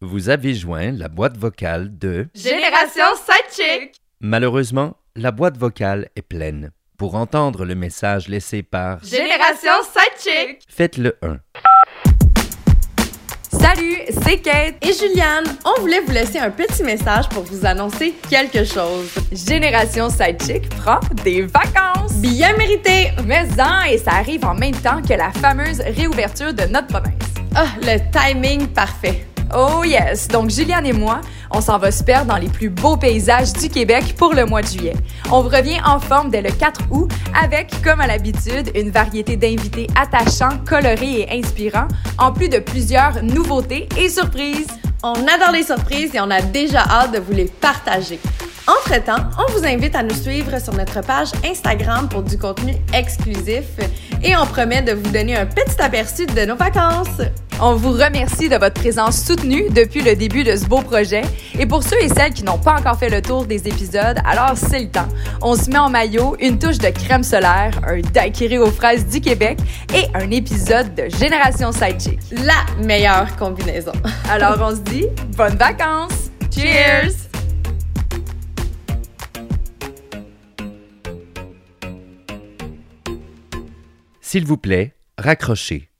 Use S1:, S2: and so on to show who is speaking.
S1: vous avez joint la boîte vocale de...
S2: Génération Sidechick
S1: Malheureusement, la boîte vocale est pleine. Pour entendre le message laissé par...
S2: Génération Sidechick
S1: Faites le 1.
S3: Salut, c'est Kate.
S4: Et Juliane, on voulait vous laisser un petit message pour vous annoncer quelque chose.
S3: Génération Sidechick prend des vacances.
S4: Bien mérité!
S3: Mais en, et ça arrive en même temps que la fameuse réouverture de notre province.
S4: Ah, le timing parfait.
S3: Oh yes! Donc, Juliane et moi, on s'en va se perdre dans les plus beaux paysages du Québec pour le mois de juillet. On vous revient en forme dès le 4 août avec, comme à l'habitude, une variété d'invités attachants, colorés et inspirants, en plus de plusieurs nouveautés et surprises.
S4: On adore les surprises et on a déjà hâte de vous les partager. Entre-temps, on vous invite à nous suivre sur notre page Instagram pour du contenu exclusif et on promet de vous donner un petit aperçu de nos vacances.
S3: On vous remercie de votre présence soutenue depuis le début de ce beau projet. Et pour ceux et celles qui n'ont pas encore fait le tour des épisodes, alors c'est le temps. On se met en maillot, une touche de crème solaire, un daiquiri aux fraises du Québec et un épisode de Génération Sidechick.
S4: La meilleure combinaison.
S3: Alors on se dit, bonnes vacances!
S2: Cheers!
S1: S'il vous plaît, raccrochez.